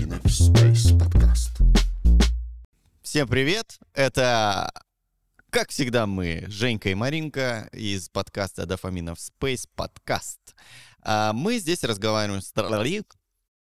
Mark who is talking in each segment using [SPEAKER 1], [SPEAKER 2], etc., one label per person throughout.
[SPEAKER 1] Space подкаст. Всем привет! Это, как всегда, мы, Женька и Маринка из подкаста Дофаминов Space подкаст. А Мы здесь разговариваем с... тра-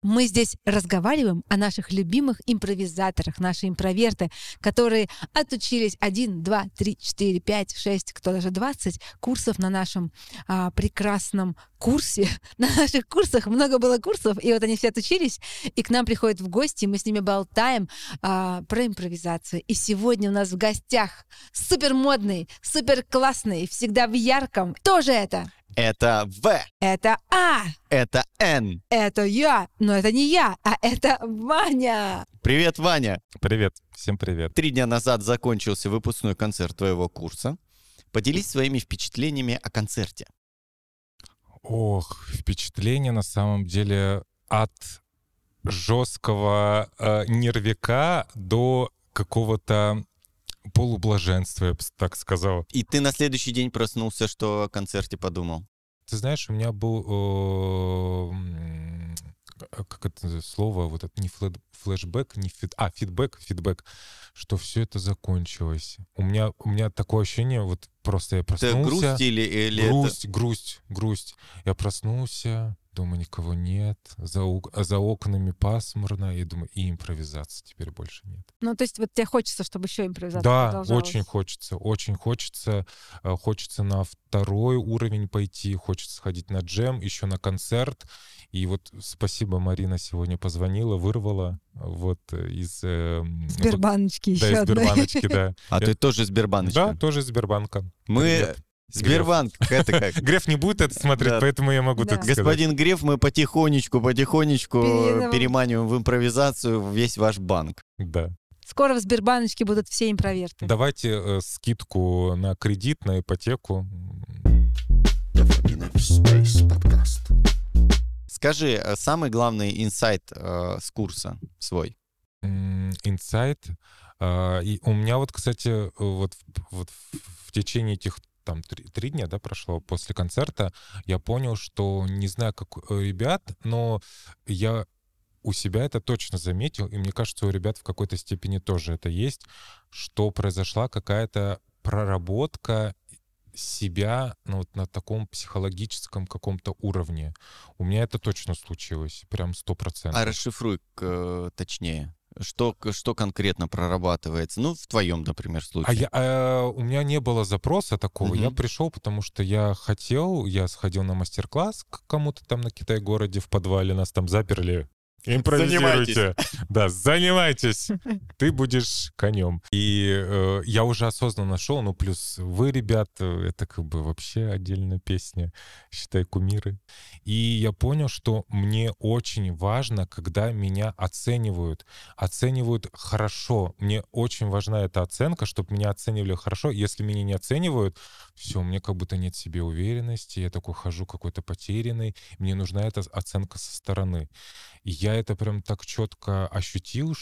[SPEAKER 2] Мы здесь разговариваем о наших любимых импровизаторах, наши импроверты, которые отучились 1, 2, 3, 4, 5, 6, кто даже 20 курсов на нашем а, прекрасном курсе. На наших курсах много было курсов, и вот они все отучились, и к нам приходят в гости, и мы с ними болтаем а, про импровизацию. И сегодня у нас в гостях супер модный, супер классный, всегда в ярком. Кто же это?
[SPEAKER 1] Это В,
[SPEAKER 2] Это А!
[SPEAKER 1] это Н.
[SPEAKER 2] Это я, но это не я, а это Ваня.
[SPEAKER 1] Привет, Ваня!
[SPEAKER 3] Привет, всем привет.
[SPEAKER 1] Три дня назад закончился выпускной концерт твоего курса. Поделись своими впечатлениями о концерте.
[SPEAKER 3] Ох, впечатление на самом деле от жесткого э, нервяка до какого-то полублаженства, я бы так сказал.
[SPEAKER 1] И ты на следующий день проснулся, что о концерте подумал?
[SPEAKER 3] Ты знаешь, у меня был... э, м, а как это слово? Вот это не флэ- флешбэк, не фид... А, фидбэк, фидбэк. Что все это закончилось. У меня, у меня такое ощущение, вот просто я
[SPEAKER 1] Это
[SPEAKER 3] проснулся...
[SPEAKER 1] грусть или, или это-
[SPEAKER 3] грусть, грусть, грусть. Я проснулся, дома никого нет, за, уг- а за окнами пасмурно, и думаю, и импровизации теперь больше нет.
[SPEAKER 2] Ну, то есть вот тебе хочется, чтобы еще импровизация
[SPEAKER 3] Да,
[SPEAKER 2] продолжалась.
[SPEAKER 3] очень хочется, очень хочется. Э, Хочется на второй уровень пойти, хочется сходить на джем, еще на концерт. И вот спасибо, Марина сегодня позвонила, вырвала э, вот э, из... э, м,
[SPEAKER 2] Сбербаночки
[SPEAKER 3] вот-
[SPEAKER 2] еще
[SPEAKER 3] Да, из
[SPEAKER 2] одной.
[SPEAKER 3] Сбербаночки, да.
[SPEAKER 1] А ты тоже Сбербаночка?
[SPEAKER 3] Да, тоже из Сбербанка.
[SPEAKER 1] Мы...
[SPEAKER 3] Привет.
[SPEAKER 1] Сбербанк, это как?
[SPEAKER 3] Греф не будет это смотреть,
[SPEAKER 1] Да.
[SPEAKER 3] поэтому я могу
[SPEAKER 2] Да.
[SPEAKER 3] так сказать.
[SPEAKER 1] Господин Греф, мы потихонечку, потихонечку
[SPEAKER 2] Перенов-
[SPEAKER 1] переманиваем в импровизацию весь ваш банк.
[SPEAKER 3] Да.
[SPEAKER 2] Скоро в Сбербаночке будут все импроверты.
[SPEAKER 3] Давайте э, скидку на кредит, на ипотеку.
[SPEAKER 1] Скажи, э, самый главный инсайт э, с курса свой.
[SPEAKER 3] М, Инсайт. А, И у меня вот, кстати, э, вот, в- вот в в течение этих там три, три дня, да, прошло после концерта, я понял, что не знаю, как у э, ребят, но я у себя это точно заметил, и мне кажется, у ребят в какой-то степени тоже это есть, что произошла какая-то проработка себя ну, вот на таком психологическом каком-то уровне. У меня это точно случилось, прям сто
[SPEAKER 1] А
[SPEAKER 3] процентов.
[SPEAKER 1] расшифруй э, точнее. Что, к- что конкретно прорабатывается? Ну, в твоем, например,
[SPEAKER 3] А
[SPEAKER 1] случае.
[SPEAKER 3] я, а, у меня не было запроса такого. Я
[SPEAKER 1] Мгм.
[SPEAKER 3] пришел, потому что я хотел, я сходил на мастер-класс к кому-то там на Китай-городе в подвале, нас там заперли. Импровизируйте. Да, занимайтесь. Ты будешь конем. И э, я уже осознанно шел, ну плюс вы, ребят, э, это как бы вообще отдельная песня, считай, кумиры. И я понял, что мне очень важно, когда меня оценивают. Оценивают хорошо. Мне очень важна эта оценка, чтобы меня оценивали хорошо. Если меня не оценивают, все, мне как будто нет в себе уверенности. Я такой хожу какой-то потерянный. Мне нужна эта оценка со стороны. И я это прям так четко ощутил,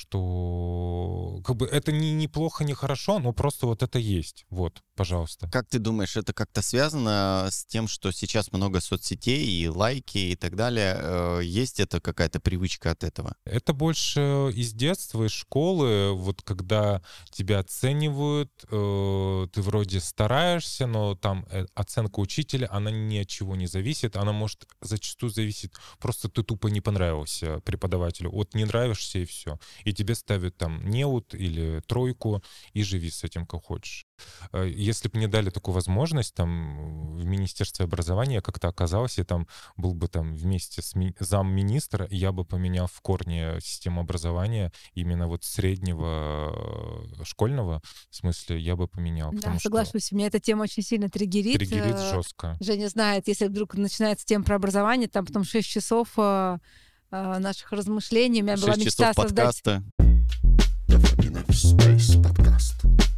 [SPEAKER 3] что как бы это не неплохо, не хорошо, но просто вот это есть. Вот, пожалуйста.
[SPEAKER 1] Как ты думаешь, это как-то связано с тем, что сейчас много соцсетей и лайки и так далее? Э, Есть это какая-то привычка от этого?
[SPEAKER 3] Это больше из детства, из школы, вот когда тебя оценивают, э, ты вроде стараешься, но там э, оценка учителя, она ни от чего не зависит, она может зачастую зависит, просто ты тупо не понравился преподавателю, вот не нравишься и все, и тебе ставят там неут или тройку, и живи с этим как хочешь. Э, Если бы мне дали такую возможность, там, в Министерстве образования я как-то оказался, и там был бы там вместе с ми- замминистра, и я бы поменял в корне систему образования именно вот среднего э, школьного, в смысле, я бы поменял.
[SPEAKER 2] Да,
[SPEAKER 3] потому что
[SPEAKER 2] соглашусь, меня эта тема очень сильно триггерит.
[SPEAKER 3] Триггерит
[SPEAKER 2] Э,
[SPEAKER 3] жестко.
[SPEAKER 2] Женя знает, если вдруг начинается тема про образование, там потом 6 часов э, э, наших размышлений. У меня была
[SPEAKER 1] Шесть
[SPEAKER 2] мечта
[SPEAKER 1] часов
[SPEAKER 2] создать
[SPEAKER 1] подкаста.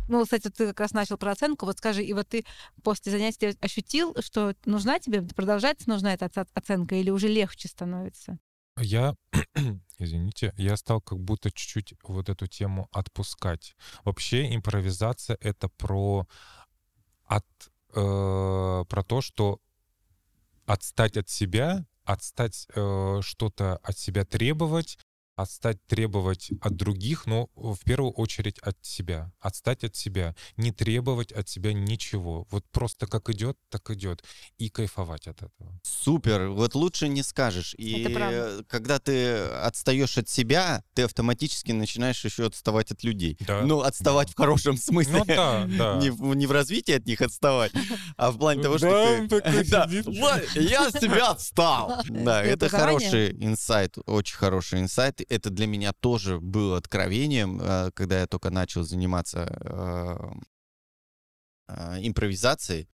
[SPEAKER 2] Ну, кстати, вот ты как раз начал про оценку. Вот скажи, и вот ты после занятий ощутил, что нужна тебе, продолжать нужна эта оце- оценка, или уже легче становится?
[SPEAKER 3] Я, извините, я стал как будто чуть-чуть вот эту тему отпускать. Вообще импровизация — это про, от, э, про то, что отстать от себя, отстать э, что-то от себя требовать, отстать требовать от других, но в первую очередь от себя. Отстать от себя, не требовать от себя ничего. Вот просто как идет, так идет. И кайфовать от этого.
[SPEAKER 1] Супер, вот лучше не скажешь. И
[SPEAKER 2] Это правда.
[SPEAKER 1] когда ты отстаешь от себя, ты автоматически начинаешь еще отставать от людей.
[SPEAKER 3] Да.
[SPEAKER 1] Ну, отставать в хорошем смысле.
[SPEAKER 3] Ну да, да.
[SPEAKER 1] Не, в- не в развитии от них отставать, а в плане того, что
[SPEAKER 3] Да,
[SPEAKER 1] ты...
[SPEAKER 3] он такой
[SPEAKER 1] Да,
[SPEAKER 3] сидит.
[SPEAKER 1] «Ла- я от себя отстал. Да, это
[SPEAKER 2] Это образование.
[SPEAKER 1] хороший инсайт, очень хороший инсайт. Это для меня тоже было откровением, э, когда я только начал заниматься э, э, импровизацией.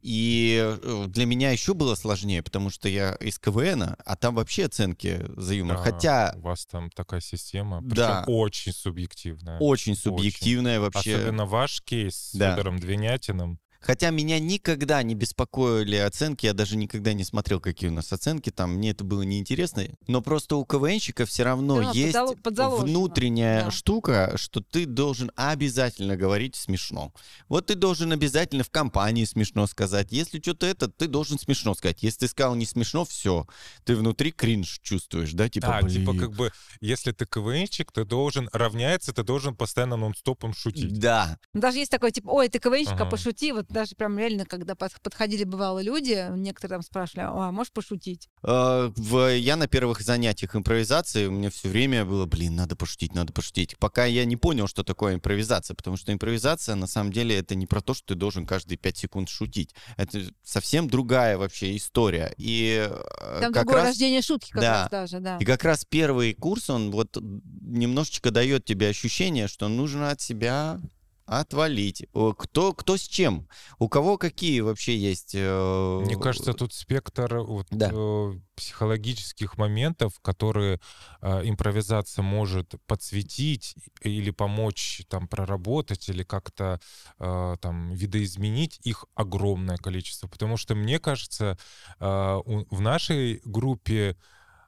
[SPEAKER 1] И э, для меня еще было сложнее, потому что я из КВН, а там вообще оценки за юмор.
[SPEAKER 3] Да,
[SPEAKER 1] Хотя
[SPEAKER 3] А, У вас там такая система, причем
[SPEAKER 1] Да.
[SPEAKER 3] очень субъективная.
[SPEAKER 1] очень субъективное вообще.
[SPEAKER 3] Особенно ваш кейс с
[SPEAKER 1] Да.
[SPEAKER 3] Федором Двинятиным.
[SPEAKER 1] Хотя меня никогда не беспокоили оценки, я даже никогда не смотрел, какие у нас оценки там, мне это было неинтересно. Но просто у КВНщика все равно
[SPEAKER 2] Да,
[SPEAKER 1] есть
[SPEAKER 2] подзало- подзаложено.
[SPEAKER 1] внутренняя
[SPEAKER 2] Да.
[SPEAKER 1] штука, что ты должен обязательно говорить смешно. Вот ты должен обязательно в компании смешно сказать. Если что-то это, ты должен смешно сказать. Если ты сказал не смешно, все, ты внутри кринж чувствуешь, да, типа,
[SPEAKER 3] а, типа
[SPEAKER 1] «Блин».
[SPEAKER 3] как бы, если ты КВНчик, ты должен равняется, ты должен постоянно нон-стопом шутить.
[SPEAKER 1] Да,
[SPEAKER 2] Даже есть такой, типа, ой, ты КВНщик, а
[SPEAKER 3] Ага.
[SPEAKER 2] пошути. Вот даже прям реально, когда под- подходили бывало люди, некоторые там спрашивали, а можешь пошутить?
[SPEAKER 1] Э, в- Я на первых занятиях импровизации, у меня все время было, блин, надо пошутить, надо пошутить. Пока я не понял, что такое импровизация, потому что импровизация, на самом деле, это не про то, что ты должен каждые пять секунд шутить. Это совсем другая вообще история. И э,
[SPEAKER 2] Там
[SPEAKER 1] как
[SPEAKER 2] другое
[SPEAKER 1] раз...
[SPEAKER 2] рождение шутки как
[SPEAKER 1] Да.
[SPEAKER 2] раз даже, да.
[SPEAKER 1] И как раз первый курс, он вот немножечко дает тебе ощущение, что нужно от себя отвалить. О, Кто, кто с чем? У кого какие вообще есть... э,
[SPEAKER 3] Мне кажется, тут спектр вот,
[SPEAKER 1] Да.
[SPEAKER 3] э, психологических моментов, которые э, импровизация может подсветить или помочь там проработать или как-то э, там видоизменить их огромное количество, потому что мне кажется, э, у- в нашей группе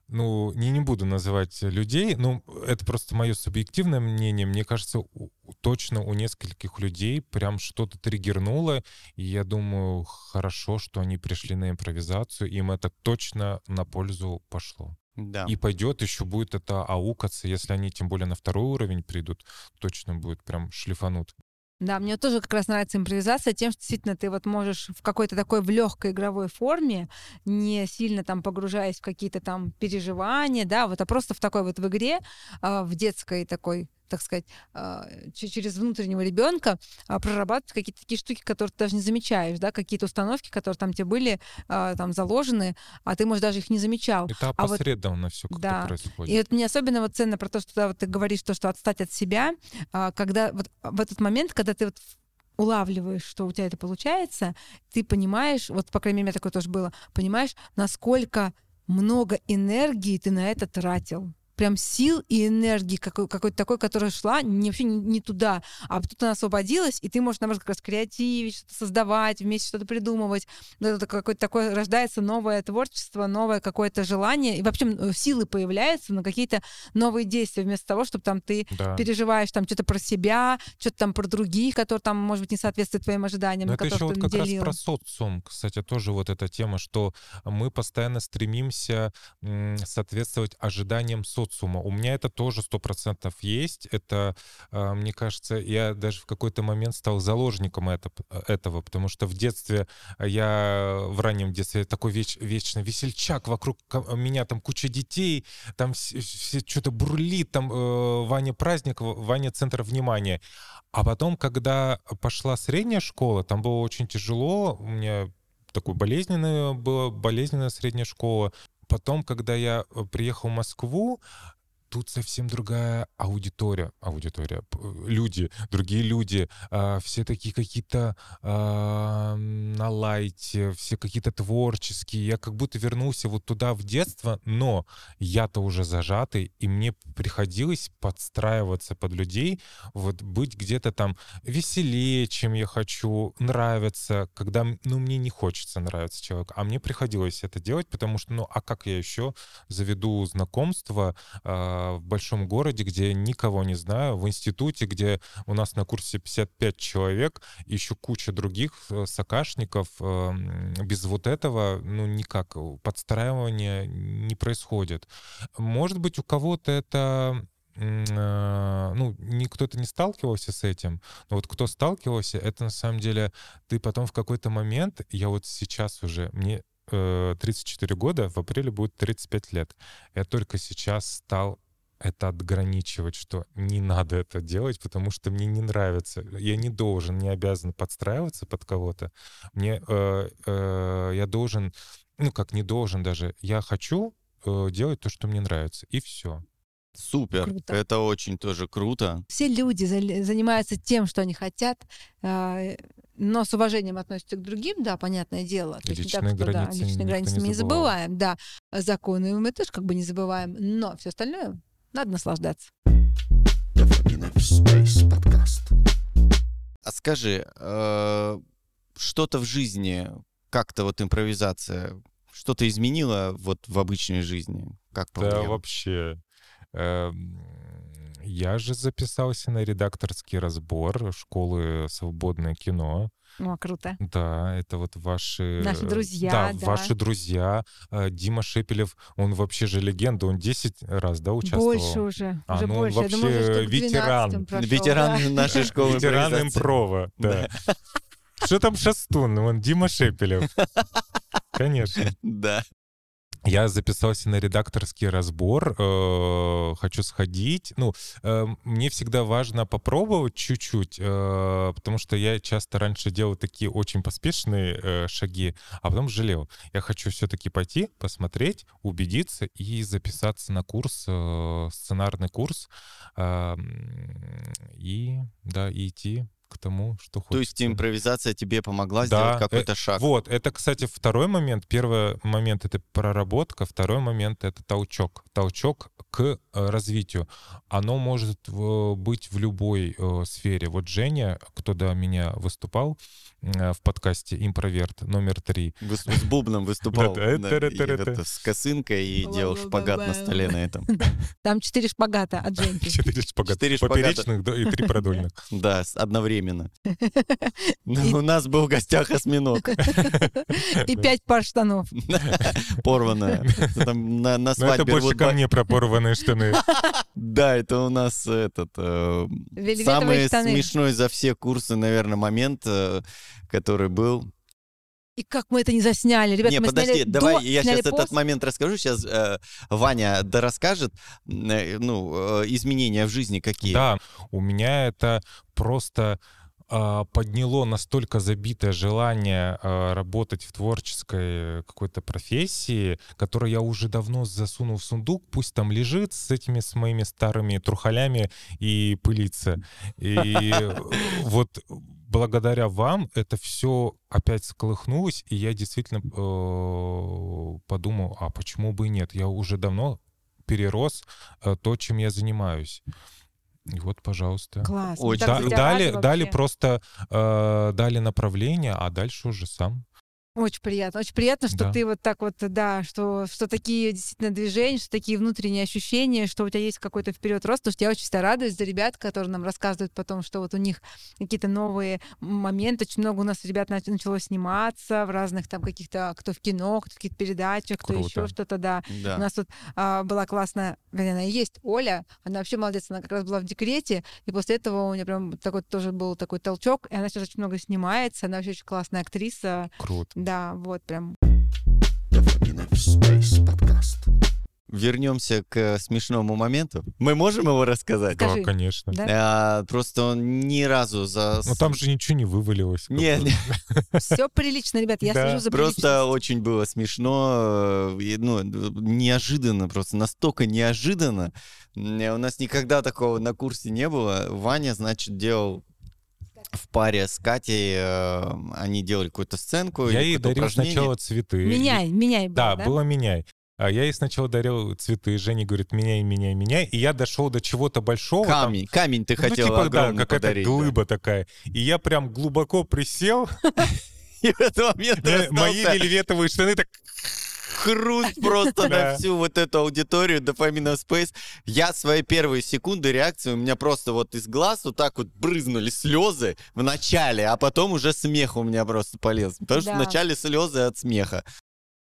[SPEAKER 3] ну, не, не буду называть людей, ну, это просто мое субъективное мнение. Мне кажется, у- у- точно у нескольких людей прям что-то триггернуло, и я думаю, хорошо, что они пришли на импровизацию, им это точно на пользу пошло.
[SPEAKER 1] Да.
[SPEAKER 3] И пойдет, еще будет это аукаться, если они тем более на второй уровень придут, точно будет прям шлифанут.
[SPEAKER 2] Да, мне тоже как раз нравится импровизация тем, что действительно ты вот можешь в какой-то такой в легкой игровой форме, не сильно там погружаясь в какие-то там переживания, да, вот, а просто в такой вот в игре, а, в детской такой, так сказать, а, ч- через внутреннего ребенка а, прорабатывать какие-то такие штуки, которые ты даже не замечаешь, да, какие-то установки, которые там тебе были а, там заложены, а ты, может, даже их не замечал.
[SPEAKER 3] Это
[SPEAKER 2] а вот-
[SPEAKER 3] опосредованно все как-то
[SPEAKER 2] Да.
[SPEAKER 3] происходит.
[SPEAKER 2] И вот мне особенно вот ценно про то, что да, вот ты говоришь то, что отстать от себя, а, когда вот в этот момент, когда ты вот улавливаешь, что у тебя это получается, ты понимаешь, вот по крайней мере у меня такое тоже было, понимаешь, насколько много энергии ты на это тратил. Прям сил и энергии какой- какой-то такой, которая шла не, вообще не, не туда. А тут она освободилась, и ты можешь, наоборот, как раз креативить, что-то создавать, вместе что-то придумывать. Ну, это какое-то такое рождается новое творчество, новое какое-то желание. И вообще м, силы появляются на какие-то новые действия, вместо того, чтобы там ты
[SPEAKER 3] Да.
[SPEAKER 2] переживаешь там что-то про себя, что-то там про других, которые там, может быть, не соответствуют твоим ожиданиям,
[SPEAKER 3] Но
[SPEAKER 2] на
[SPEAKER 3] Ну, это
[SPEAKER 2] которых
[SPEAKER 3] еще вот
[SPEAKER 2] ты
[SPEAKER 3] как
[SPEAKER 2] наделил.
[SPEAKER 3] раз про социум, кстати, тоже вот эта тема, что мы постоянно стремимся м, соответствовать ожиданиям социума. У меня это тоже сто процентов есть. Это, э, мне кажется, я даже в какой-то момент стал заложником это- этого, потому что в детстве а, я в раннем детстве такой веч- вечно весельчак, вокруг ко- а, меня там куча детей, там все, что-то бурлит, там э, Ваня праздник, В- Ваня центр внимания. А потом, когда пошла средняя школа, там было очень тяжело, у меня такое болезненное было, болезненная средняя школа. Потом, когда я э, приехал в Москву, тут совсем другая аудитория, аудитория, п- э, люди, другие люди, а, все такие какие-то а, на лайте, все какие-то творческие. Я как будто вернулся вот туда в детство, но я-то уже зажатый, и мне приходилось подстраиваться под людей, вот быть где-то там веселее, чем я хочу, нравиться, когда, м, ну, мне не хочется нравиться человеку, а мне приходилось это делать, потому что, ну, а как я еще заведу знакомство, а, в большом городе, где никого не знаю, в институте, где у нас на курсе 55 человек, еще куча других э, сокашников. э, Без вот этого, ну, никак, подстраивание не происходит. Может быть, у кого-то это м, э, ну, ни- кто-то не сталкивался с этим, но вот кто сталкивался, это на самом деле ты потом в какой-то момент, я вот сейчас уже, мне э, 34 года, в апреле будет 35 лет. Я только сейчас стал это отграничивать, что не надо это делать, потому что мне не нравится. Я не должен, не обязан подстраиваться под кого-то. Мне э, э, я должен, ну как не должен даже, я хочу э, делать то, что мне нравится, и все.
[SPEAKER 1] Супер.
[SPEAKER 2] Круто.
[SPEAKER 1] Это очень тоже круто.
[SPEAKER 2] Все люди зали- занимаются тем, что они хотят, э, но с уважением относятся к другим, да, понятное дело. То есть не
[SPEAKER 3] Личные
[SPEAKER 2] что, да,
[SPEAKER 3] границы
[SPEAKER 2] личные
[SPEAKER 3] никто
[SPEAKER 2] границы
[SPEAKER 3] не
[SPEAKER 2] мы не
[SPEAKER 3] забывал.
[SPEAKER 2] забываем, да. Законы мы тоже как бы не забываем, но все остальное надо наслаждаться.
[SPEAKER 1] А скажи, э, что-то в жизни, как-то вот импровизация, что-то изменила вот в обычной жизни? Как
[SPEAKER 3] Да,
[SPEAKER 1] повлияло?
[SPEAKER 3] вообще. Эм, Я же записался на редакторский разбор школы «Свободное кино».
[SPEAKER 2] О, круто.
[SPEAKER 3] Да, это вот ваши...
[SPEAKER 2] Наши
[SPEAKER 3] э,
[SPEAKER 2] друзья, да.
[SPEAKER 3] Да, ваши друзья. Э, Дима Шепелев, он вообще же легенда, он 10 раз, да, участвовал?
[SPEAKER 2] Больше уже,
[SPEAKER 3] А,
[SPEAKER 2] уже
[SPEAKER 3] ну, он
[SPEAKER 2] больше. Я думаю, уже
[SPEAKER 3] вообще
[SPEAKER 2] штук 12
[SPEAKER 3] ветеран.
[SPEAKER 2] он прошел,
[SPEAKER 1] Ветеран
[SPEAKER 2] да.
[SPEAKER 1] нашей школы
[SPEAKER 3] Ветеран
[SPEAKER 1] импровизации.
[SPEAKER 3] импрова, да. Что там Шастун? Он Дима Шепелев. Конечно.
[SPEAKER 1] Да.
[SPEAKER 3] Я записался на редакторский разбор, э, хочу сходить. Ну, э, мне всегда важно попробовать чуть-чуть, э, потому что я часто раньше делал такие очень поспешные э, шаги, а потом жалел. Я хочу все-таки пойти, посмотреть, убедиться и записаться на курс, э, сценарный курс, э, м, и да, и идти к тому, что хочется.
[SPEAKER 1] То есть импровизация тебе помогла
[SPEAKER 3] Да,
[SPEAKER 1] сделать
[SPEAKER 3] э,
[SPEAKER 1] какой-то шаг.
[SPEAKER 3] Вот, это, кстати, второй момент. Первый момент — это проработка, второй момент — это толчок. Толчок к э, развитию. Оно может в- быть в любой э, сфере. Вот Женя, кто до меня выступал э, в подкасте «Импроверт» номер три,
[SPEAKER 1] Вы- С бубном выступал.
[SPEAKER 3] Да-да,
[SPEAKER 1] да,
[SPEAKER 3] это-
[SPEAKER 1] и
[SPEAKER 3] это- это.
[SPEAKER 1] это С косынкой и делал шпагат на столе на этом.
[SPEAKER 2] Там четыре шпагата от Женьки.
[SPEAKER 3] четыре шпагата,
[SPEAKER 1] Четыре шпагата.
[SPEAKER 3] поперечных да, и три продольных.
[SPEAKER 1] Да, с- одновременно. Ну, У нас был в гостях осьминог.
[SPEAKER 2] И пять пар штанов.
[SPEAKER 1] Порвано. Там на- на
[SPEAKER 3] Но это
[SPEAKER 1] свадьбе
[SPEAKER 3] больше
[SPEAKER 1] рвут
[SPEAKER 3] ко
[SPEAKER 1] ба-
[SPEAKER 3] мне пропорванные штаны.
[SPEAKER 1] Да, это у нас этот... э,
[SPEAKER 2] Вельветовые
[SPEAKER 1] Самый
[SPEAKER 2] штаны.
[SPEAKER 1] смешной за все курсы, наверное, момент, э, который был.
[SPEAKER 2] И как мы это не засняли? Ребята,
[SPEAKER 1] Не,
[SPEAKER 2] мы
[SPEAKER 1] подожди,
[SPEAKER 2] сняли
[SPEAKER 1] давай
[SPEAKER 2] до,
[SPEAKER 1] я
[SPEAKER 2] сняли
[SPEAKER 1] сейчас этот
[SPEAKER 2] после.
[SPEAKER 1] момент расскажу. Сейчас Ваня дорасскажет, э, ну, э, изменения в жизни какие.
[SPEAKER 3] Да, у меня это просто а, подняло настолько забитое желание а, работать в творческой э, какой-то профессии, которую я уже давно засунул в сундук, пусть там лежит с этими с моими старыми трухалями и пылится. И э, вот благодаря вам это все опять сколыхнулось, и я действительно э, подумал, а почему бы и нет? Я уже давно перерос э, то, чем я занимаюсь. И вот, пожалуйста.
[SPEAKER 2] Классно.
[SPEAKER 1] Очень
[SPEAKER 2] Так
[SPEAKER 3] Да-
[SPEAKER 1] круто.
[SPEAKER 2] здорово
[SPEAKER 3] дали,
[SPEAKER 2] вообще.
[SPEAKER 3] дали просто э, дали направление, а дальше уже сам.
[SPEAKER 2] Очень приятно. Очень приятно, что
[SPEAKER 3] Да.
[SPEAKER 2] ты вот так вот, да, что, что такие действительно движения, что такие внутренние ощущения, что у тебя есть какой-то вперед рост. Потому что я очень всегда радуюсь за ребят, которые нам рассказывают потом, что вот у них какие-то новые моменты. Очень много у нас ребят нач- начало сниматься в разных там каких-то, кто в кино, кто в каких-то передачах, кто
[SPEAKER 3] Круто.
[SPEAKER 2] еще что-то, да.
[SPEAKER 1] Да.
[SPEAKER 2] У нас тут а, была классная, вернее, она и есть Оля, она вообще молодец, она как раз была в декрете, и после этого у нее прям такой тоже был такой толчок, и она сейчас очень много снимается, она вообще очень классная актриса,
[SPEAKER 3] Круто.
[SPEAKER 2] да, вот прям.
[SPEAKER 1] Вернемся к смешному моменту. Мы можем его рассказать?
[SPEAKER 2] Скажи.
[SPEAKER 3] Да, конечно.
[SPEAKER 2] Да.
[SPEAKER 1] А, просто он ни разу за...
[SPEAKER 3] Но Ну, там же ничего не вывалилось.
[SPEAKER 1] Нет,
[SPEAKER 2] Все прилично, ребят, я
[SPEAKER 3] Да.
[SPEAKER 2] слежу за
[SPEAKER 1] просто
[SPEAKER 2] приличностью.
[SPEAKER 1] очень было смешно, э, и, ну, неожиданно просто, настолько неожиданно. М, У нас никогда такого на курсе не было. Ваня, значит, делал в паре с Катей, э, они делали какую-то сценку.
[SPEAKER 3] Я
[SPEAKER 1] или
[SPEAKER 3] ей
[SPEAKER 1] какое-то
[SPEAKER 3] дарил
[SPEAKER 1] упражнение.
[SPEAKER 3] сначала цветы.
[SPEAKER 2] Меняй, меняй. было,
[SPEAKER 3] Да,
[SPEAKER 2] да?
[SPEAKER 3] было меняй. А я ей сначала дарил цветы, Женя говорит, меняй, меняй, меняй. И я дошел до чего-то большого. там,
[SPEAKER 1] Камень, камень ты
[SPEAKER 3] ну,
[SPEAKER 1] хотел
[SPEAKER 3] типа, да,
[SPEAKER 1] огромный
[SPEAKER 3] какая-то
[SPEAKER 1] подарить. да.
[SPEAKER 3] глыба такая. И я прям глубоко присел,
[SPEAKER 1] И в этот момент
[SPEAKER 3] Мне- Э, мои
[SPEAKER 1] раздался-
[SPEAKER 3] вельветовые штаны так
[SPEAKER 1] хруст просто на
[SPEAKER 3] Да.
[SPEAKER 1] всю вот эту аудиторию дофамина Space. Я свои первые секунды реакции, у меня просто вот из глаз вот так вот брызнули слезы в начале, а потом уже смех у меня просто полез. Потому что
[SPEAKER 2] Да.
[SPEAKER 1] вначале слезы от смеха.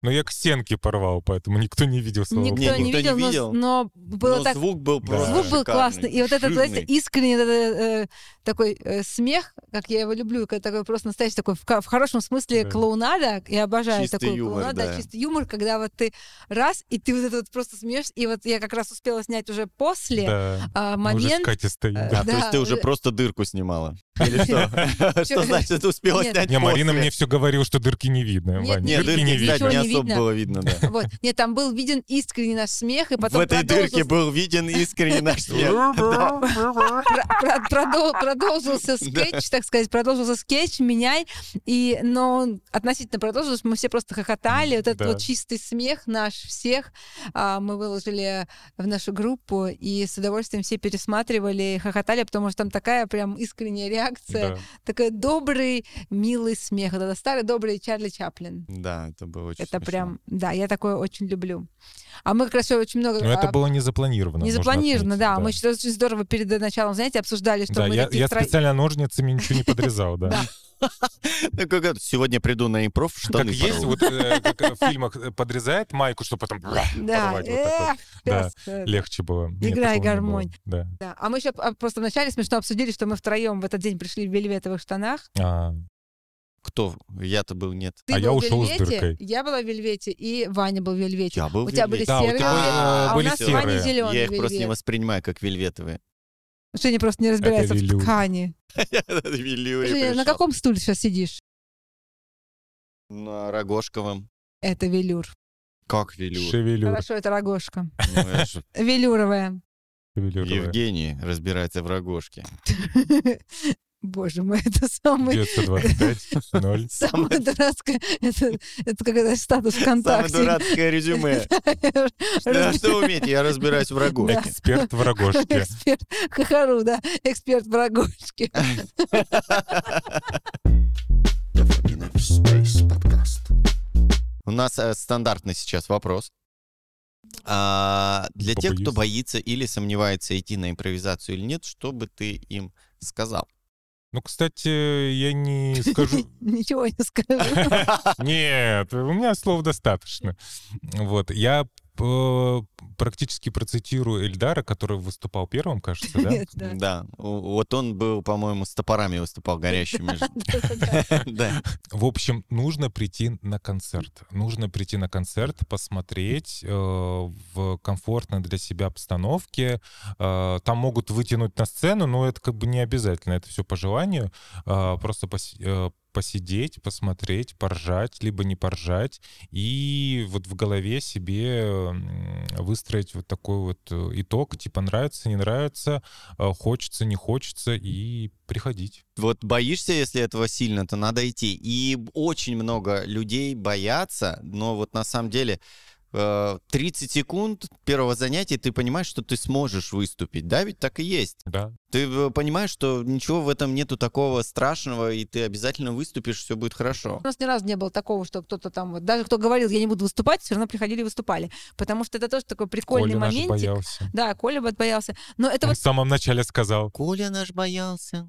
[SPEAKER 3] Но я к стенке порвал, поэтому никто не видел, слава
[SPEAKER 2] Никто,
[SPEAKER 1] Не,
[SPEAKER 3] богу.
[SPEAKER 2] не
[SPEAKER 1] никто не
[SPEAKER 2] видел, но-
[SPEAKER 1] видел.
[SPEAKER 2] но, было
[SPEAKER 1] Но
[SPEAKER 2] так...
[SPEAKER 1] звук был
[SPEAKER 3] Да.
[SPEAKER 1] просто
[SPEAKER 2] Звук был
[SPEAKER 1] шикарный,
[SPEAKER 2] классный. И вот этот, знаете,
[SPEAKER 1] жирный.
[SPEAKER 2] искренний вот этот, э, такой э, смех, как я его люблю, когда такой просто настоящий такой, в, ка- в хорошем смысле
[SPEAKER 3] Да.
[SPEAKER 2] клоунада. Я обожаю
[SPEAKER 1] Чистый
[SPEAKER 2] такой
[SPEAKER 1] юмор,
[SPEAKER 2] клоунаду,
[SPEAKER 1] да.
[SPEAKER 2] чистый юмор, когда вот ты раз, и ты вот это вот просто смеешься. И вот я как раз успела снять уже после
[SPEAKER 3] Да.
[SPEAKER 2] а,
[SPEAKER 3] Мы уже с
[SPEAKER 2] момент.
[SPEAKER 3] Катей стоим.
[SPEAKER 2] э,
[SPEAKER 3] да.
[SPEAKER 1] А, то есть ты уже
[SPEAKER 2] э,
[SPEAKER 1] просто дырку снимала? Или что? Что
[SPEAKER 2] Чё?
[SPEAKER 1] значит, ты успела
[SPEAKER 2] Нет.
[SPEAKER 1] снять
[SPEAKER 3] Не, Марина
[SPEAKER 1] А после?
[SPEAKER 3] мне все говорила, что дырки не видно,
[SPEAKER 2] Нет, нет,
[SPEAKER 3] Ваня.
[SPEAKER 1] Нет,
[SPEAKER 3] дырки
[SPEAKER 1] дырки,
[SPEAKER 3] не
[SPEAKER 2] видно.
[SPEAKER 1] кстати, не
[SPEAKER 2] Ничего не
[SPEAKER 1] особо
[SPEAKER 2] видно.
[SPEAKER 1] было видно, да.
[SPEAKER 2] Вот. Нет, там был виден искренний наш смех, и
[SPEAKER 1] В
[SPEAKER 2] потом
[SPEAKER 1] этой дырке
[SPEAKER 2] продолжился,
[SPEAKER 1] был виден искренне наш смех.
[SPEAKER 3] видно.
[SPEAKER 2] про- про- продол- продолжился
[SPEAKER 1] Да.
[SPEAKER 2] скетч, так сказать, продолжился скетч, меняй. И, но он относительно продолжился, мы все просто хохотали. Вот этот
[SPEAKER 3] Да.
[SPEAKER 2] вот чистый смех наш всех а, мы выложили в нашу группу, и с удовольствием все пересматривали и хохотали, потому что там такая прям искренняя реакция,
[SPEAKER 3] Да.
[SPEAKER 2] такой добрый, милый смех. Вот это старый добрый Чарли Чаплин.
[SPEAKER 1] Да, это было очень
[SPEAKER 2] Это
[SPEAKER 1] смешно.
[SPEAKER 2] прям, да, я такое очень люблю. А мы как раз очень много...
[SPEAKER 3] Но Ну, это
[SPEAKER 2] а,
[SPEAKER 3] было не запланировано.
[SPEAKER 2] не
[SPEAKER 3] нужно
[SPEAKER 2] запланировано,
[SPEAKER 3] отметить,
[SPEAKER 2] да. Мы что очень здорово перед началом занятия обсуждали, что
[SPEAKER 3] Да,
[SPEAKER 2] мы
[SPEAKER 3] я,
[SPEAKER 2] такие
[SPEAKER 3] я
[SPEAKER 2] втро-
[SPEAKER 3] специально ножницами ничего не подрезал, да.
[SPEAKER 2] Да.
[SPEAKER 1] Ну, как это, Сегодня приду на импров,
[SPEAKER 2] Ну,
[SPEAKER 1] штаны
[SPEAKER 3] Как есть,
[SPEAKER 1] порву.
[SPEAKER 3] вот э, как э, в фильмах э, подрезает майку, чтобы потом
[SPEAKER 2] Да,
[SPEAKER 3] порвать вот так вот.
[SPEAKER 2] эх,
[SPEAKER 3] Да.
[SPEAKER 2] пёс.
[SPEAKER 3] Легче было. Нет,
[SPEAKER 2] Играй
[SPEAKER 3] такого не было.
[SPEAKER 2] гармонь.
[SPEAKER 3] Да.
[SPEAKER 2] Да. А мы еще просто вначале смешно обсудили, что мы втроем в этот день пришли в вельветовых штанах.
[SPEAKER 3] А,
[SPEAKER 1] Кто? Я-то был, нет.
[SPEAKER 2] Ты
[SPEAKER 3] А я
[SPEAKER 2] был в
[SPEAKER 3] ушел с
[SPEAKER 2] вельвете,
[SPEAKER 3] дыркой.
[SPEAKER 2] я была в вельвете, и Ваня был в вельвете.
[SPEAKER 1] Я был
[SPEAKER 2] У тебя были
[SPEAKER 1] вельвет.
[SPEAKER 3] Да, у
[SPEAKER 2] серые,
[SPEAKER 3] тебя,
[SPEAKER 2] вельветы,
[SPEAKER 3] э,
[SPEAKER 2] а у
[SPEAKER 3] были
[SPEAKER 2] нас с
[SPEAKER 3] серые.
[SPEAKER 2] Ваней зеленый
[SPEAKER 1] Я их просто не
[SPEAKER 2] вельвет.
[SPEAKER 1] воспринимаю как вельветовые.
[SPEAKER 2] Женя просто не разбирается
[SPEAKER 3] велюр.
[SPEAKER 2] в ткани.
[SPEAKER 1] Я на велюре
[SPEAKER 2] Женя, на
[SPEAKER 1] пришёл.
[SPEAKER 2] каком стуле сейчас сидишь?
[SPEAKER 1] На Рогожковом.
[SPEAKER 2] Это велюр.
[SPEAKER 1] Как велюр?
[SPEAKER 3] шевелюр.
[SPEAKER 2] Хорошо, это рогошка.
[SPEAKER 1] Ну, я ж-
[SPEAKER 2] Велюровая.
[SPEAKER 3] шевелюровая.
[SPEAKER 1] Евгений разбирается в Рогожке.
[SPEAKER 2] Боже мой, это самый
[SPEAKER 3] 925, 0.
[SPEAKER 2] Самое дурацкое, это, это когда статус
[SPEAKER 1] Самое
[SPEAKER 2] ВКонтакте.
[SPEAKER 1] дурацкое резюме. Да,
[SPEAKER 2] Раз-
[SPEAKER 1] Что вы умеете? Я разбираюсь в Рогожке.
[SPEAKER 3] Эксперт в рогожке.
[SPEAKER 2] Эксперт Кахару, да, эксперт в рогожке.
[SPEAKER 1] У нас э, стандартный сейчас вопрос. А, для тех, кто
[SPEAKER 3] Побоюсь.
[SPEAKER 1] боится или сомневается идти на импровизацию или нет, что бы ты им сказал?
[SPEAKER 3] Ну, кстати, я не скажу...
[SPEAKER 2] Ничего не скажу.
[SPEAKER 3] Нет, у меня слов достаточно. Вот, я э, практически процитирую Эльдара, который выступал первым, кажется, да?
[SPEAKER 2] Нет, да.
[SPEAKER 1] Да, у- вот он был, по-моему, с топорами выступал горящими. же.
[SPEAKER 2] Да-да-да.
[SPEAKER 1] Да.
[SPEAKER 3] В общем, нужно прийти на концерт. Нужно прийти на концерт, посмотреть э, в комфортной для себя обстановке. Э, там могут вытянуть на сцену, но это как бы не обязательно, это все по желанию. Э, просто поси- э, посидеть, посмотреть, поржать, либо не поржать. И вот в голове себе м, выстроить вот такой вот э, итог, типа нравится, не нравится, э, хочется, не хочется, и приходить.
[SPEAKER 1] Вот боишься, если этого сильно, то надо идти. И очень много людей боятся, но вот на самом деле э, 30 секунд первого занятия ты понимаешь, что ты сможешь выступить. Да, ведь так и есть.
[SPEAKER 3] Да.
[SPEAKER 1] Ты э, понимаешь, что ничего в этом нету такого страшного, и ты обязательно выступишь, все будет хорошо.
[SPEAKER 2] У нас ни разу не было такого, что кто-то там, вот, даже кто говорил, я не буду выступать, все равно приходили и выступали. Потому что это тоже такой прикольный
[SPEAKER 3] Коля наш
[SPEAKER 2] моментик.
[SPEAKER 3] боялся.
[SPEAKER 2] Да, Коля бы отбоялся. Но это
[SPEAKER 3] Он
[SPEAKER 2] вот,
[SPEAKER 3] в самом начале сказал.
[SPEAKER 1] Коля наш боялся.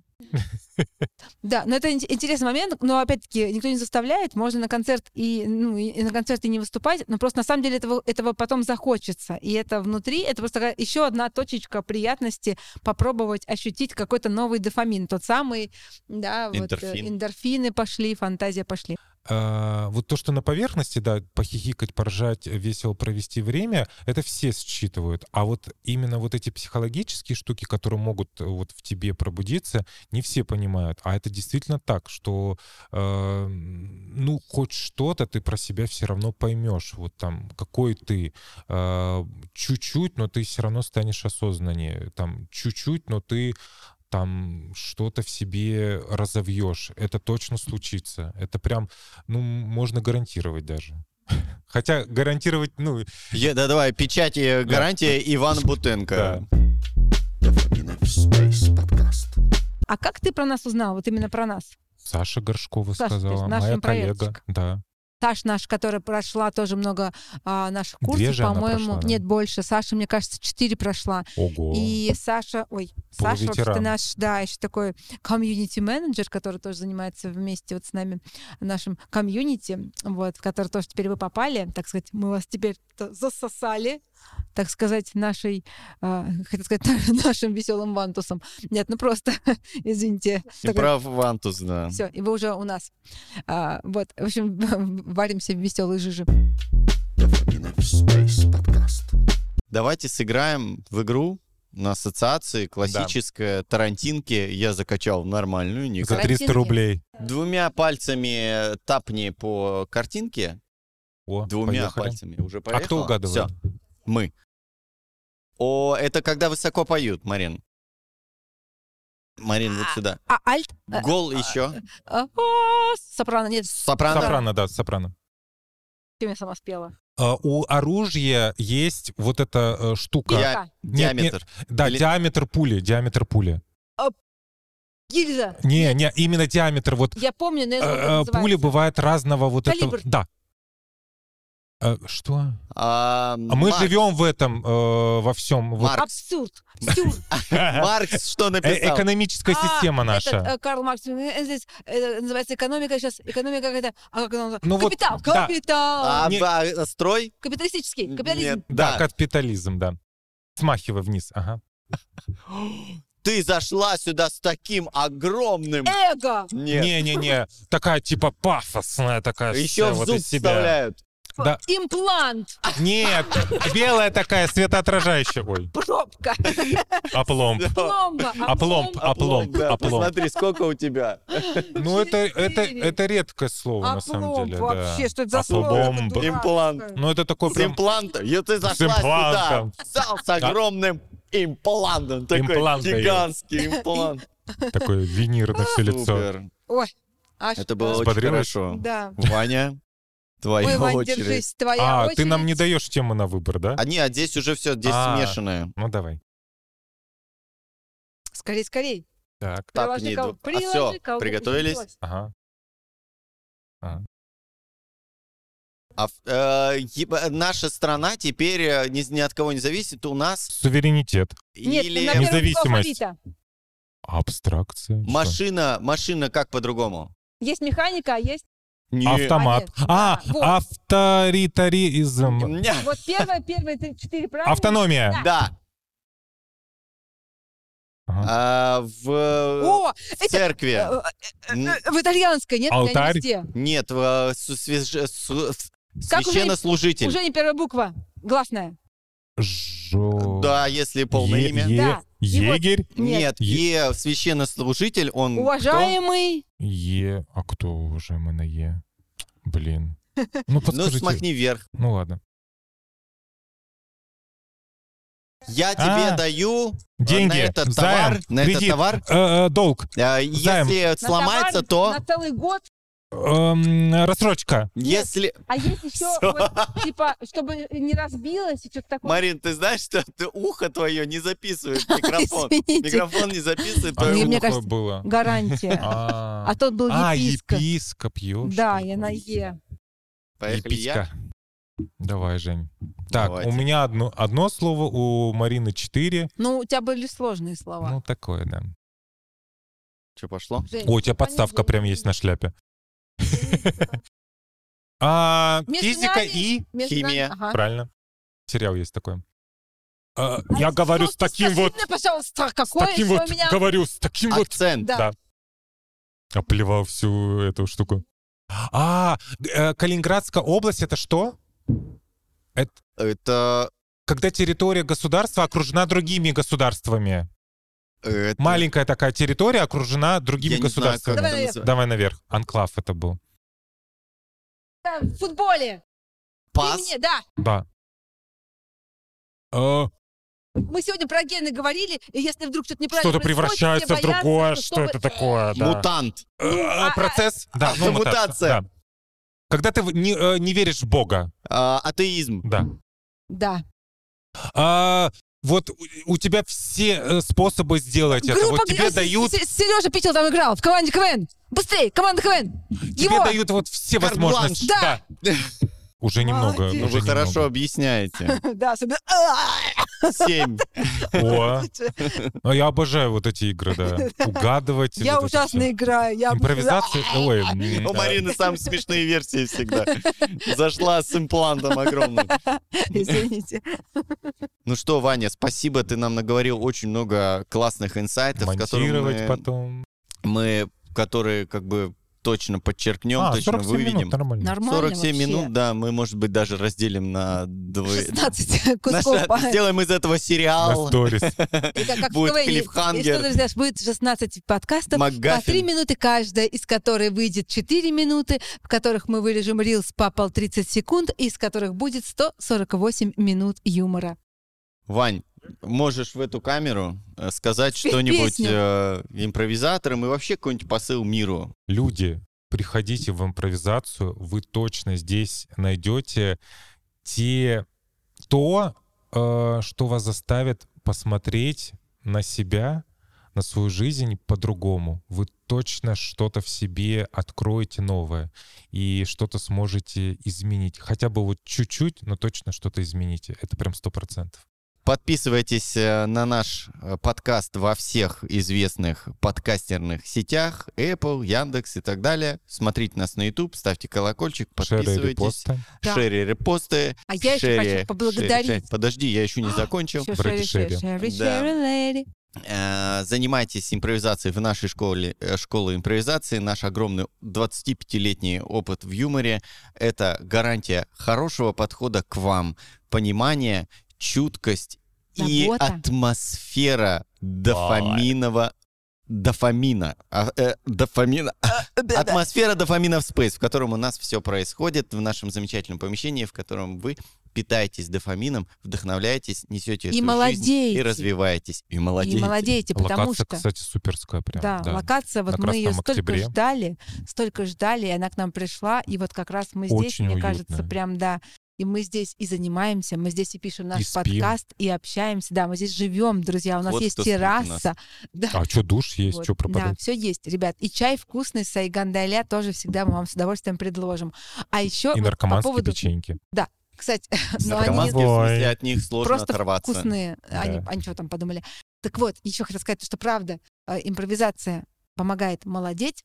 [SPEAKER 2] да, но это ин- интересный момент, но опять-таки никто не заставляет, можно на концерт и, ну, и- и на концерт и не выступать, но просто на самом деле этого, этого потом захочется. И это внутри, это просто такая еще одна точечка приятности попробовать ощутить какой-то новый дофамин, тот самый, да, вот, э,
[SPEAKER 1] Эндорфин.
[SPEAKER 2] эндорфины пошли, фантазия пошли.
[SPEAKER 3] А, вот то, что на поверхности, да, похихикать, поржать, весело провести время, это все считывают. А вот именно вот эти психологические штуки, которые могут э, вот в тебе пробудиться, не все понимают. А это действительно так, что э, ну хоть что-то ты про себя все равно поймешь. Вот там какой ты э, чуть-чуть, но ты все равно станешь осознаннее. Там чуть-чуть, но ты там что-то в себе разовьешь. Это точно случится. Это прям, ну, можно гарантировать даже. Хотя гарантировать, ну,
[SPEAKER 1] Е, да, давай, печать и гарантия Ивана Бутенко.
[SPEAKER 2] А как ты про нас узнал, вот именно про нас?
[SPEAKER 3] Саша Горшкова
[SPEAKER 2] Саша, то есть
[SPEAKER 3] сказала,
[SPEAKER 2] наш
[SPEAKER 3] моя коллега.
[SPEAKER 2] импровертик.
[SPEAKER 3] Да.
[SPEAKER 2] Саша наша, которая прошла тоже много а, наших
[SPEAKER 3] Две
[SPEAKER 2] курсов,
[SPEAKER 3] же она
[SPEAKER 2] по-моему.
[SPEAKER 3] прошла, да?
[SPEAKER 2] Нет, больше. Саша, мне кажется, четыре прошла.
[SPEAKER 3] Ого.
[SPEAKER 2] И Саша, ой, Саша, вообще
[SPEAKER 3] Полуветеран.
[SPEAKER 2] наш, да, еще такой комьюнити-менеджер, который тоже занимается вместе вот с нами нашим комьюнити, вот, в который тоже теперь вы попали, так сказать, мы вас теперь то засосали, так сказать, нашей, а, хотел сказать, нашим веселым вантусом. Нет, ну просто, извините.
[SPEAKER 1] И прав Вантус, да.
[SPEAKER 2] Все, и вы уже у нас. А, вот, в общем, варимся в веселой жиже.
[SPEAKER 1] Давайте сыграем в игру на ассоциации классическая Тарантинки. Я закачал нормальную. не
[SPEAKER 3] За
[SPEAKER 1] как-
[SPEAKER 3] 300 рублей.
[SPEAKER 1] Двумя пальцами тапни по картинке.
[SPEAKER 3] О,
[SPEAKER 1] Двумя
[SPEAKER 3] поехали.
[SPEAKER 1] пальцами. Уже
[SPEAKER 3] А
[SPEAKER 1] поехала?
[SPEAKER 3] кто угадывает?
[SPEAKER 1] Всё, мы. О, это когда высоко поют, Марин. Марин, вот сюда.
[SPEAKER 2] А альт? А,
[SPEAKER 1] Гол еще.
[SPEAKER 2] а, а, сопрано, нет,
[SPEAKER 1] Сопрано.
[SPEAKER 3] Сопрано, да, сопрано.
[SPEAKER 2] ты меня сама спела.
[SPEAKER 3] А, У оружия есть вот эта э, штука.
[SPEAKER 1] Я-
[SPEAKER 2] Ка.
[SPEAKER 3] Нет, нет,
[SPEAKER 1] Диаметр.
[SPEAKER 3] Да,
[SPEAKER 1] Или-
[SPEAKER 3] диаметр пули, диаметр пули.
[SPEAKER 2] Гильза!
[SPEAKER 3] Не, не, именно диаметр. Вот
[SPEAKER 2] Я помню, но я
[SPEAKER 3] э,
[SPEAKER 2] забыла, как
[SPEAKER 3] э,
[SPEAKER 2] называется.
[SPEAKER 3] пули бывают разного вот
[SPEAKER 2] Калибр.
[SPEAKER 3] этого. Да. Э, Что?
[SPEAKER 1] А,
[SPEAKER 3] А мы
[SPEAKER 1] Марк-
[SPEAKER 3] живем в этом, э, во всем. Вот.
[SPEAKER 1] Маркс.
[SPEAKER 2] Абсурд! Абсурд!
[SPEAKER 3] Э,
[SPEAKER 1] Маркс что написал?
[SPEAKER 3] Экономическая
[SPEAKER 2] А,
[SPEAKER 3] система
[SPEAKER 2] Этот,
[SPEAKER 3] наша.
[SPEAKER 2] э, Карл Маркс, э, здесь, э, называется экономика сейчас, экономика какая-то, а как она называется?
[SPEAKER 3] Ну вот,
[SPEAKER 2] капитал,
[SPEAKER 3] да.
[SPEAKER 2] капитал,
[SPEAKER 1] А,
[SPEAKER 3] Не-
[SPEAKER 1] а, а, строй?
[SPEAKER 2] капиталистический,
[SPEAKER 1] Нет,
[SPEAKER 2] капитализм.
[SPEAKER 3] Да,
[SPEAKER 1] да.
[SPEAKER 3] капитализм, да. Смахивай вниз, ага.
[SPEAKER 1] Ты зашла сюда с таким огромным...
[SPEAKER 2] Э, Эго!
[SPEAKER 1] Нет.
[SPEAKER 3] Не-не-не, такая типа пафосная такая.
[SPEAKER 1] Еще
[SPEAKER 3] вся
[SPEAKER 1] в
[SPEAKER 3] вот
[SPEAKER 1] зуб
[SPEAKER 3] из себя.
[SPEAKER 1] вставляют.
[SPEAKER 3] Да.
[SPEAKER 2] Имплант!
[SPEAKER 1] А
[SPEAKER 3] Нет, белая такая, светоотражающая. Ой,
[SPEAKER 2] Пробка!
[SPEAKER 3] опломб.
[SPEAKER 2] Пломба!
[SPEAKER 3] Опломб, опломб,
[SPEAKER 1] да,
[SPEAKER 3] опломб.
[SPEAKER 1] Посмотри, сколько у тебя.
[SPEAKER 3] Ну, это, это,
[SPEAKER 2] Четыре.
[SPEAKER 3] это редкое слово, на самом
[SPEAKER 2] Опломб
[SPEAKER 3] деле.
[SPEAKER 2] вообще,
[SPEAKER 3] да. А
[SPEAKER 2] что это за
[SPEAKER 3] Опломб.
[SPEAKER 2] слово?
[SPEAKER 1] Имплант.
[SPEAKER 3] Ну, это такой
[SPEAKER 1] С
[SPEAKER 3] прям
[SPEAKER 1] имплантом. И ты зашла сюда.
[SPEAKER 3] имплантом.
[SPEAKER 1] Зал с огромным имплантом. Такой
[SPEAKER 3] Имплант дает.
[SPEAKER 1] гигантский имплант.
[SPEAKER 3] такой винир на все лицо.
[SPEAKER 1] Супер.
[SPEAKER 2] Ой, аж
[SPEAKER 1] Это было очень
[SPEAKER 3] Взбодрилась?
[SPEAKER 1] хорошо.
[SPEAKER 2] А Да.
[SPEAKER 1] Ваня, твоя
[SPEAKER 2] Ой, Вань,
[SPEAKER 1] очередь.
[SPEAKER 2] держись, твоя
[SPEAKER 3] А,
[SPEAKER 2] очередь.
[SPEAKER 3] ты нам не даешь тему на выбор, да?
[SPEAKER 1] А нет, здесь уже все, здесь
[SPEAKER 3] А.
[SPEAKER 1] смешанное.
[SPEAKER 3] Ну, давай.
[SPEAKER 2] Скорей, скорей.
[SPEAKER 3] Так,
[SPEAKER 1] Так,
[SPEAKER 2] Приложи
[SPEAKER 1] не
[SPEAKER 2] кол-
[SPEAKER 1] иду. А все,
[SPEAKER 2] приложи колбу-
[SPEAKER 1] приготовились?
[SPEAKER 3] ага.
[SPEAKER 1] А, в- э, еба- наша страна теперь э, ни, ни от кого не зависит. У нас
[SPEAKER 3] Суверенитет.
[SPEAKER 2] Нет, ну,
[SPEAKER 1] или
[SPEAKER 2] на первом слове
[SPEAKER 3] Независимость.
[SPEAKER 2] алфавита.
[SPEAKER 3] Абстракция. что?
[SPEAKER 1] машина, машина как по-другому?
[SPEAKER 2] Есть механика, а есть...
[SPEAKER 1] Не-
[SPEAKER 3] Автомат.
[SPEAKER 2] Нет.
[SPEAKER 3] А,
[SPEAKER 2] Да, вот.
[SPEAKER 3] авторитаризм.
[SPEAKER 1] Ня.
[SPEAKER 2] Вот первое, первые три, четыре правильно.
[SPEAKER 3] Автономия.
[SPEAKER 1] Да.
[SPEAKER 3] Ага.
[SPEAKER 1] А, в э,
[SPEAKER 2] О, это...
[SPEAKER 1] церкви.
[SPEAKER 2] э,
[SPEAKER 1] Н-
[SPEAKER 2] э, В итальянской, нет? Я не
[SPEAKER 3] Алтарь?
[SPEAKER 2] везде.
[SPEAKER 1] Нет, в, э, су- свеж- су- в-
[SPEAKER 2] Как уже-
[SPEAKER 1] священнослужитель.
[SPEAKER 2] Уже не первая буква. Главная.
[SPEAKER 3] Жо-
[SPEAKER 1] Да, если полное
[SPEAKER 3] Е-
[SPEAKER 1] имя.
[SPEAKER 3] е-
[SPEAKER 2] Да. И вот-
[SPEAKER 3] Егерь.
[SPEAKER 1] Нет,
[SPEAKER 3] Е-
[SPEAKER 1] е священнослужитель, он
[SPEAKER 2] Уважаемый...
[SPEAKER 3] Е. А кто уже мы на Е? Блин. Ну,
[SPEAKER 1] кто? Ну,
[SPEAKER 3] подскажите.
[SPEAKER 1] смахни А, вверх.
[SPEAKER 3] Ну, ладно.
[SPEAKER 1] Я тебе
[SPEAKER 3] А.
[SPEAKER 1] даю э,
[SPEAKER 3] Деньги.
[SPEAKER 1] на этот
[SPEAKER 3] займ,
[SPEAKER 1] товар, на этот
[SPEAKER 3] кредит,
[SPEAKER 1] товар.
[SPEAKER 3] э, э, долг.
[SPEAKER 1] Э,
[SPEAKER 3] Займ.
[SPEAKER 1] Если
[SPEAKER 2] на
[SPEAKER 1] сломается,
[SPEAKER 2] товар
[SPEAKER 1] то
[SPEAKER 2] На целый год.
[SPEAKER 3] Эм, рассрочка.
[SPEAKER 2] Нет.
[SPEAKER 1] если
[SPEAKER 2] А есть еще,
[SPEAKER 1] Всё.
[SPEAKER 2] вот, типа, чтобы не разбилось и что-то такое.
[SPEAKER 1] Марин, ты знаешь, что ты- ухо твое не записывает микрофон.
[SPEAKER 2] Извините,
[SPEAKER 1] Микрофон не записывает
[SPEAKER 3] А
[SPEAKER 2] Не,
[SPEAKER 1] твое
[SPEAKER 3] что
[SPEAKER 1] ухо.
[SPEAKER 2] мне
[SPEAKER 3] такое
[SPEAKER 2] кажется,
[SPEAKER 3] было?
[SPEAKER 2] гарантия.
[SPEAKER 3] А,
[SPEAKER 2] А тот был
[SPEAKER 3] а,
[SPEAKER 2] епископ.
[SPEAKER 3] епископ, ёж
[SPEAKER 2] Да,
[SPEAKER 3] ты
[SPEAKER 2] я на
[SPEAKER 3] мой.
[SPEAKER 2] Е.
[SPEAKER 1] Поехали я.
[SPEAKER 3] Еписька. Давай, Жень. Так,
[SPEAKER 1] Давайте.
[SPEAKER 3] у меня одно, одно слово, у Марины четыре.
[SPEAKER 2] Ну, у тебя были сложные слова.
[SPEAKER 3] Ну, такое, да.
[SPEAKER 1] Что пошло?
[SPEAKER 2] Жень,
[SPEAKER 3] О, у тебя подставка
[SPEAKER 2] понедельник.
[SPEAKER 3] прям есть на шляпе. А,
[SPEAKER 2] Между
[SPEAKER 3] Физика
[SPEAKER 2] нами-
[SPEAKER 3] и...
[SPEAKER 2] Между
[SPEAKER 1] химия.
[SPEAKER 2] нами- ага.
[SPEAKER 3] Правильно. Сериал есть такой. А,
[SPEAKER 2] А
[SPEAKER 3] Я
[SPEAKER 2] если
[SPEAKER 3] говорю
[SPEAKER 2] что,
[SPEAKER 3] с таким
[SPEAKER 2] скажи
[SPEAKER 3] вот...
[SPEAKER 2] мне, пожалуйста,
[SPEAKER 3] С
[SPEAKER 2] какое
[SPEAKER 3] таким
[SPEAKER 2] еще
[SPEAKER 3] вот...
[SPEAKER 2] у меня... А
[SPEAKER 3] Говорю с таким вот...
[SPEAKER 1] Акцент.
[SPEAKER 2] Да.
[SPEAKER 3] Да. Оплевал всю эту штуку. А, э, Калининградская область это что?
[SPEAKER 1] Это...
[SPEAKER 3] Когда территория государства окружена другими государствами.
[SPEAKER 1] это-
[SPEAKER 3] Маленькая такая территория окружена
[SPEAKER 1] Я
[SPEAKER 3] другими
[SPEAKER 1] не знаю,
[SPEAKER 3] государствами.
[SPEAKER 1] как
[SPEAKER 2] Давай
[SPEAKER 1] это
[SPEAKER 2] наверх.
[SPEAKER 1] называется.
[SPEAKER 3] Давай наверх. Анклав это был.
[SPEAKER 2] Да, э, В футболе. Ты
[SPEAKER 1] Пас.
[SPEAKER 2] мне, да.
[SPEAKER 3] Да. Э,
[SPEAKER 2] Мы сегодня про гены говорили, и если вдруг что-то неправильно
[SPEAKER 3] Что-то
[SPEAKER 2] происходит,
[SPEAKER 3] превращается
[SPEAKER 2] все
[SPEAKER 3] в другое.
[SPEAKER 2] боятся,
[SPEAKER 3] Что это такое? да.
[SPEAKER 1] Мутант.
[SPEAKER 2] А,
[SPEAKER 3] Э, э, Процесс? Да, ну,
[SPEAKER 1] Мутация.
[SPEAKER 3] да. Когда ты в- не э, не веришь в Бога.
[SPEAKER 1] А, Атеизм.
[SPEAKER 3] Да.
[SPEAKER 2] Да.
[SPEAKER 3] А, вот у- у тебя все э, способы
[SPEAKER 2] Ну,
[SPEAKER 3] сделать это. Вот
[SPEAKER 2] а
[SPEAKER 3] тебе дают,
[SPEAKER 2] Сережа Питил там играл в команде КВН. Быстрее, команда КВН.
[SPEAKER 3] тебе
[SPEAKER 2] Его.
[SPEAKER 3] дают вот все
[SPEAKER 1] Карт-бланш.
[SPEAKER 3] возможности.
[SPEAKER 2] Да.
[SPEAKER 3] Уже немного.
[SPEAKER 2] Молодец.
[SPEAKER 1] Ну,
[SPEAKER 3] уже
[SPEAKER 1] вы
[SPEAKER 3] немного.
[SPEAKER 1] хорошо объясняете.
[SPEAKER 2] Да, особенно... а, «Ааа!»
[SPEAKER 1] Семь.
[SPEAKER 3] О, а я обожаю вот эти игры, да. Угадывать.
[SPEAKER 2] Я
[SPEAKER 3] вот это
[SPEAKER 2] ужасно
[SPEAKER 3] всё.
[SPEAKER 2] играю. я-
[SPEAKER 3] Импровизация. Ой, м,
[SPEAKER 1] У
[SPEAKER 3] да.
[SPEAKER 1] Марины самые смешные версии всегда. Зашла с имплантом огромным.
[SPEAKER 2] Извините.
[SPEAKER 1] Ну что, Ваня, спасибо, ты нам наговорил очень много классных инсайтов, которые
[SPEAKER 3] монтировать
[SPEAKER 1] мы,
[SPEAKER 3] потом.
[SPEAKER 1] мы- которые как бы точно подчеркнем,
[SPEAKER 3] А,
[SPEAKER 1] точно
[SPEAKER 3] 47
[SPEAKER 1] выведем.
[SPEAKER 3] минут, нормально.
[SPEAKER 2] Нормально
[SPEAKER 1] 47
[SPEAKER 2] вообще.
[SPEAKER 1] минут, да, мы, может быть, даже разделим на двое.
[SPEAKER 2] 16
[SPEAKER 1] На
[SPEAKER 2] кусков.
[SPEAKER 1] ша-
[SPEAKER 2] по-
[SPEAKER 1] Сделаем из этого
[SPEAKER 3] На
[SPEAKER 1] сериал.
[SPEAKER 3] сторис.
[SPEAKER 2] И как- как в
[SPEAKER 1] Будет
[SPEAKER 2] КВН,
[SPEAKER 1] клиффхангер.
[SPEAKER 2] если что-то знаешь, будет 16 подкастов, по 3
[SPEAKER 1] Макгаффин.
[SPEAKER 2] минуты каждая, из которой выйдет 4 минуты, в которых мы вырежем рилс по пол 30 секунд, из которых будет 148 минут юмора.
[SPEAKER 1] Вань, можешь в эту камеру э, сказать
[SPEAKER 2] Спеть
[SPEAKER 1] что-нибудь
[SPEAKER 2] песню.
[SPEAKER 1] э, импровизаторам и вообще какой-нибудь посыл миру.
[SPEAKER 3] Люди, приходите в импровизацию, вы точно здесь найдете те, то, э, что вас заставит посмотреть на себя, на свою жизнь по-другому. Вы точно что-то в себе откроете новое и что-то сможете изменить. Хотя бы вот чуть-чуть, но точно что-то измените. Это прям сто процентов.
[SPEAKER 1] Подписывайтесь э, на наш э, подкаст во всех известных подкастерных сетях, Apple, Яндекс и так далее. Смотрите нас на YouTube, ставьте колокольчик,
[SPEAKER 3] Шеры,
[SPEAKER 1] подписывайтесь.
[SPEAKER 3] репосты.
[SPEAKER 2] Да.
[SPEAKER 1] Шерри репосты.
[SPEAKER 2] А я еще
[SPEAKER 1] шерри-
[SPEAKER 2] хочу поблагодарить. А,
[SPEAKER 1] шерри- шерри. Подожди, я еще не закончил.
[SPEAKER 2] Всё,
[SPEAKER 3] Брэди
[SPEAKER 2] шерри,
[SPEAKER 3] Шерри.
[SPEAKER 2] шерри,
[SPEAKER 1] Да.
[SPEAKER 2] шерри, лэри.
[SPEAKER 1] Э, Занимайтесь импровизацией в нашей школе, э, школы импровизации. Наш огромный 25-летний опыт в юморе — это гарантия хорошего подхода к вам, понимания, чуткость и
[SPEAKER 2] Забота.
[SPEAKER 1] атмосфера дофаминова дофамина. А, э, дофамина.
[SPEAKER 2] А, э,
[SPEAKER 1] Атмосфера дофамина в Space, в котором у нас все происходит, в нашем замечательном помещении, в котором вы питаетесь дофамином, вдохновляетесь, несете эту
[SPEAKER 2] И
[SPEAKER 1] жизнь и
[SPEAKER 2] молодеете.
[SPEAKER 1] развиваетесь. И
[SPEAKER 2] И
[SPEAKER 1] молодеете.
[SPEAKER 2] молодеете, потому
[SPEAKER 3] Локация,
[SPEAKER 2] что...
[SPEAKER 3] кстати, суперская прям.
[SPEAKER 2] Да,
[SPEAKER 3] да.
[SPEAKER 2] локация, вот
[SPEAKER 3] На
[SPEAKER 2] мы ее
[SPEAKER 3] Красном
[SPEAKER 2] столько
[SPEAKER 3] Октябре.
[SPEAKER 2] ждали, столько ждали, и она к нам пришла, и вот как раз мы здесь,
[SPEAKER 3] Очень
[SPEAKER 2] мне кажется,
[SPEAKER 3] уютная.
[SPEAKER 2] прям, да, и мы здесь и занимаемся, мы здесь и пишем наш
[SPEAKER 3] спим.
[SPEAKER 2] подкаст, и общаемся, да, мы здесь живем, друзья, у нас
[SPEAKER 1] Вот
[SPEAKER 2] есть
[SPEAKER 1] кто спит у нас.
[SPEAKER 2] терраса. Да.
[SPEAKER 3] А что, душ есть,
[SPEAKER 2] Вот,
[SPEAKER 3] что пропадать?
[SPEAKER 2] Да, все есть, ребят. И чай вкусный с сайгандаля тоже всегда мы вам с удовольствием предложим. А еще,
[SPEAKER 3] И
[SPEAKER 2] вот по
[SPEAKER 3] наркоманские
[SPEAKER 2] поводу,
[SPEAKER 3] печеньки.
[SPEAKER 2] кстати, но они
[SPEAKER 1] Наркоманки, в смысле,
[SPEAKER 3] Ой.
[SPEAKER 1] от них сложно
[SPEAKER 2] просто
[SPEAKER 1] оторваться.
[SPEAKER 2] вкусные. А Они,
[SPEAKER 3] Да.
[SPEAKER 2] они что там подумали. Так вот, еще хотел сказать, что правда, э, импровизация помогает молодеть.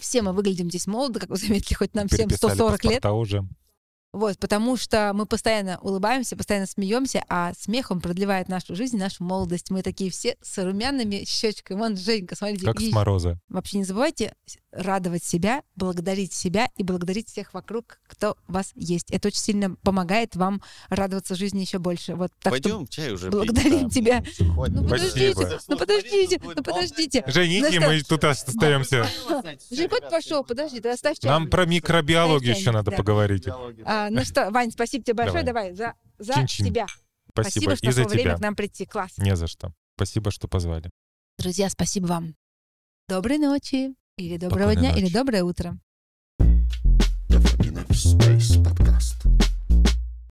[SPEAKER 2] Все мы выглядим здесь молодо, как вы заметили, хоть нам всем
[SPEAKER 3] Переписали
[SPEAKER 2] 140 лет.
[SPEAKER 3] паспорта уже.
[SPEAKER 2] Вот, потому что мы постоянно улыбаемся, постоянно смеемся, а смех, он продлевает нашу жизнь, нашу молодость. Мы такие все с румяными щечками. Вон, Женька, смотрите.
[SPEAKER 3] Как
[SPEAKER 2] и-
[SPEAKER 3] с мороза.
[SPEAKER 2] Вообще не забывайте с- радовать себя, благодарить себя и благодарить всех вокруг, кто у вас есть. Это очень сильно помогает вам радоваться жизни еще больше. Вот так что
[SPEAKER 1] Пойдем чай уже
[SPEAKER 2] благодарим
[SPEAKER 1] пить,
[SPEAKER 2] тебя.
[SPEAKER 1] да. Хватит.
[SPEAKER 2] Ну
[SPEAKER 3] Спасибо.
[SPEAKER 2] подождите, ну подождите, ну подождите.
[SPEAKER 3] Жените,
[SPEAKER 2] Ну
[SPEAKER 3] мы тут остаемся.
[SPEAKER 2] Жигут пошел, подожди, да оставь чай.
[SPEAKER 3] Нам про микробиологию еще надо
[SPEAKER 2] Да.
[SPEAKER 3] поговорить.
[SPEAKER 2] А, ну что, Вань, спасибо тебе большое, давай, за, за
[SPEAKER 3] Чин-чин.
[SPEAKER 2] тебя.
[SPEAKER 3] Спасибо.
[SPEAKER 2] что
[SPEAKER 3] И за
[SPEAKER 2] нашла время
[SPEAKER 3] тебя.
[SPEAKER 2] к нам прийти, класс.
[SPEAKER 3] Не за что. Спасибо, что позвали.
[SPEAKER 2] Друзья, спасибо вам. Доброй ночи, или доброго
[SPEAKER 3] Спокойной
[SPEAKER 2] дня, или
[SPEAKER 3] ночи.
[SPEAKER 2] доброе утро.